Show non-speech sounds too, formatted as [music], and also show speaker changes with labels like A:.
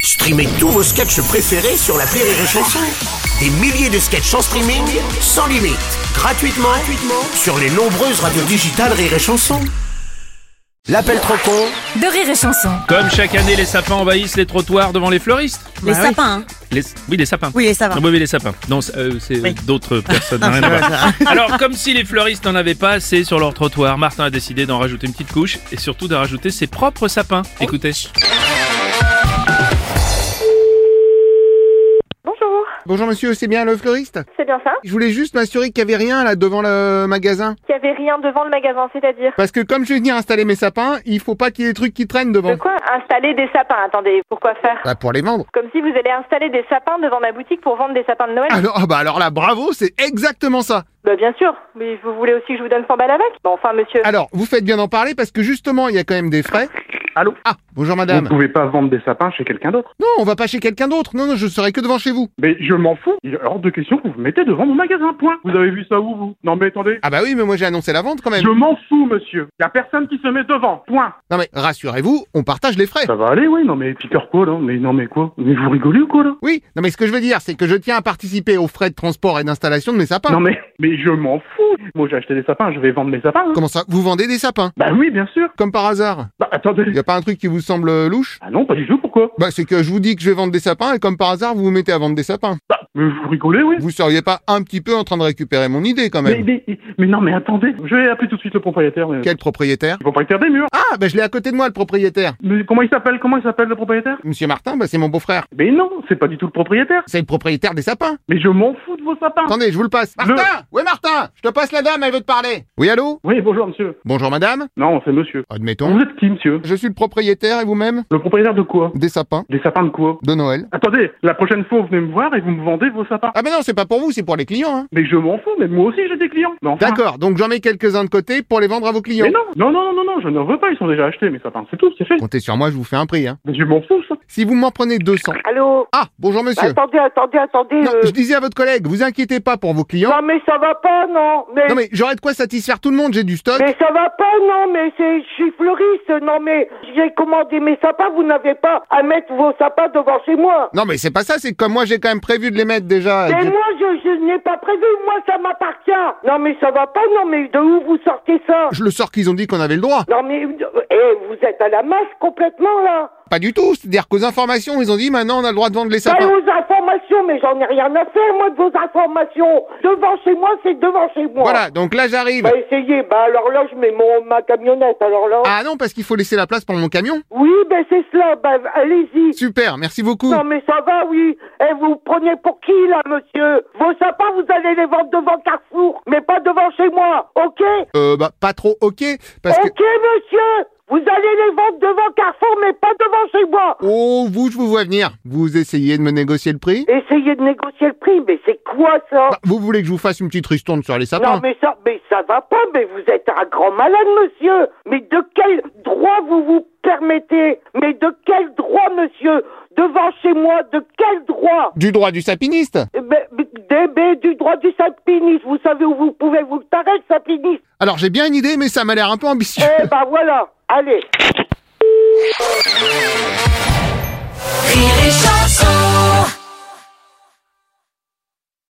A: Streamez tous vos sketchs préférés sur la Rire et Chanson. Des milliers de sketchs en streaming, sans limite, gratuitement, gratuitement sur les nombreuses radios digitales Rire et Chanson. L'appel trop con
B: de rire et chanson.
C: Comme chaque année, les sapins envahissent les trottoirs devant les fleuristes.
B: Les sapins,
C: Les- Oui, les sapins.
D: Oui, les sapins.
C: Ah, oui, oui, les sapins. Non, c'est euh, c'est, euh,
D: [laughs]
C: d'autres personnes. rien à voir. Alors, comme si les fleuristes n'en avaient pas assez sur leur trottoir, Martin a décidé d'en rajouter une petite couche et surtout de rajouter ses propres sapins.
D: Oh.
C: Écoutez.
E: Bonjour,
F: Bonjour monsieur, c'est bien le fleuriste
E: c'est bien ça
F: Je voulais juste m'assurer qu'il n'y avait rien là devant le magasin.
E: Il n'y avait rien devant le magasin, c'est-à-dire
F: Parce que comme je vais venir installer mes sapins, il faut pas qu'il y ait des trucs qui traînent
E: De
F: devant.
E: quoi installer des sapins Attendez, pourquoi faire
F: Bah pour les vendre.
E: Comme si vous allez installer des sapins devant ma boutique pour vendre des sapins de Noël
F: Alors, ah bah alors là, bravo, c'est exactement ça.
E: Bah bien sûr, mais vous voulez aussi que je vous donne 100 balles avec Bah enfin monsieur,
F: Alors, vous faites bien d'en parler parce que justement, il y a quand même des frais.
G: Allô
F: Ah, bonjour
G: Vous
F: madame.
G: pouvez pas vendre des sapins chez quelqu'un d'autre.
F: Non, on va pas chez quelqu'un d'autre. Non, non, je serai que devant chez vous.
G: Mais je m'en fous. Il est hors de question que vous vous mettez devant mon magasin, point. Vous avez vu ça où, vous Non, mais attendez.
F: Ah bah oui, mais moi j'ai annoncé la vente quand même.
G: Je m'en fous, monsieur. Il a personne qui se met devant, point.
F: Non mais rassurez-vous, on partage les frais.
G: Ça va aller, oui, non, mais Peter quoi, là Mais non, mais quoi Mais vous rigolez ou quoi, là
F: Oui, non mais ce que je veux dire, c'est que je tiens à participer aux frais de transport et d'installation de mes sapins.
G: Non, mais, mais je m'en fous. Moi, j'ai acheté des sapins, je vais vendre mes sapins. hein.
F: Comment ça Vous vendez des sapins
G: Bah oui, bien sûr.
F: Comme par hasard.
G: Bah attendez.
F: Y a pas un truc qui vous semble euh, louche
G: Ah non, pas du tout, pourquoi
F: Bah, c'est que je vous dis que je vais vendre des sapins et comme par hasard, vous vous mettez à vendre des sapins.
G: Bah, mais vous rigolez, oui.
F: Vous seriez pas un petit peu en train de récupérer mon idée quand
G: Mais,
F: même
G: mais- mais non, mais attendez. Je vais appeler tout de suite le propriétaire. mais-
F: Quel propriétaire
G: Le propriétaire des murs.
F: Ah, bah je l'ai à côté de moi, le propriétaire.
G: Mais comment il s'appelle Comment il s'appelle le propriétaire
F: Monsieur Martin, bah c'est mon beau-frère.
G: Mais non, c'est pas du tout le propriétaire.
F: C'est le propriétaire des sapins.
G: Mais je m'en fous de vos sapins.
F: Attendez, je vous le passe.
G: Ah. Le-
F: Martin Ouais, Martin Je te passe la dame, elle veut te parler. Oui, allô
G: Oui, bonjour, monsieur.
F: Bonjour, madame.
G: Non, c'est monsieur.
F: Admettons.
G: Vous êtes qui, monsieur
F: Je suis le propriétaire et vous-même
G: Le propriétaire de quoi
F: Des sapins.
G: Des sapins de quoi
F: De Noël.
G: Attendez, la prochaine fois, vous venez me voir et vous me vendez vos sapins.
F: Ah, bah non, c'est pas pour vous, c'est pour les clients, hein.
G: Mais je m'en fous, mais moi aussi, j'ai des clients. Mais enfin-
F: D'accord, donc j'en mets quelques-uns de côté pour les vendre à vos clients.
G: Ah. Mais non, non, non, non, non, je n'en veux pas, ils sont déjà achetés, mes sapins. C'est tout, c'est fait.
F: Comptez sur moi, je vous fais un prix, hein.
G: Mais je m'en fous, ça.
F: Si vous m'en prenez 200.
H: Allô Bah,
F: Ah, bonjour, monsieur.
H: Attendez, attendez, attendez.
F: Non,
H: euh,
F: je disais à votre collègue, vous inquiétez pas pour vos clients.
H: Non, mais ça va pas, non. Mais,
F: Non mais j'aurais de quoi satisfaire tout le monde, j'ai du stock.
H: mais ça va pas, non. Mais c'est, je suis fleuriste. Non, mais j'ai commandé mes sapins. Vous n'avez pas à mettre vos sapins devant chez moi.
F: Non mais c'est pas ça, c'est que comme moi j'ai quand même prévu de les mettre déjà.
H: Mais
F: Ah, Je-
H: moi, je, je n'ai pas prévu. Moi, ça m'appartient. Non, mais ça va pas, non. Mais de où vous sortez ça
F: Je le sors qu'ils ont dit qu'on avait le droit.
H: Non, mais euh, eh, vous êtes à la masse complètement, là.
F: Pas du tout, c'est-à-dire qu'aux informations ils ont dit maintenant on a le droit de vendre les
H: Pas
F: sapins.
H: aux informations, mais j'en ai rien à faire, moi, de vos informations. Devant chez moi, c'est devant chez moi.
F: Voilà, donc là j'arrive.
H: Bah, essayez. Bah, alors là, je mets mon, ma camionnette. Alors là.
F: Ah non parce qu'il faut laisser la place pour mon camion.
H: Oui, ben c'est cela, ben allez-y.
F: Super, merci beaucoup.
H: Non mais ça va, oui. Et vous prenez pour qui là, monsieur Vos sapins, vous allez les vendre devant Carrefour, mais pas devant chez moi, ok
F: Euh bah pas trop ok parce que
H: Ok, monsieur Vous allez les vendre devant Carrefour, mais pas devant chez moi
F: oh vous je vous vois venir. Vous essayez de me négocier le prix.
H: Essayez de négocier le prix, mais c'est quoi ça
F: Bah, vous voulez que je vous fasse une petite ristourne sur les
H: Non
F: sapins
H: mais ça, mais ça va pas, mais vous êtes un grand malade, monsieur. Mais de quel droit vous vous permettez Mais de quel droit, monsieur Devant chez moi, de quel droit
F: Du droit du sapiniste.
H: Mais- mais- DB du droit du sapiniste, vous savez où vous pouvez vous tarer, le sapiniste
F: Alors j'ai bien une idée mais ça m'a l'air un peu ambitieux.
H: Eh ben voilà, allez
B: Rire et chanson.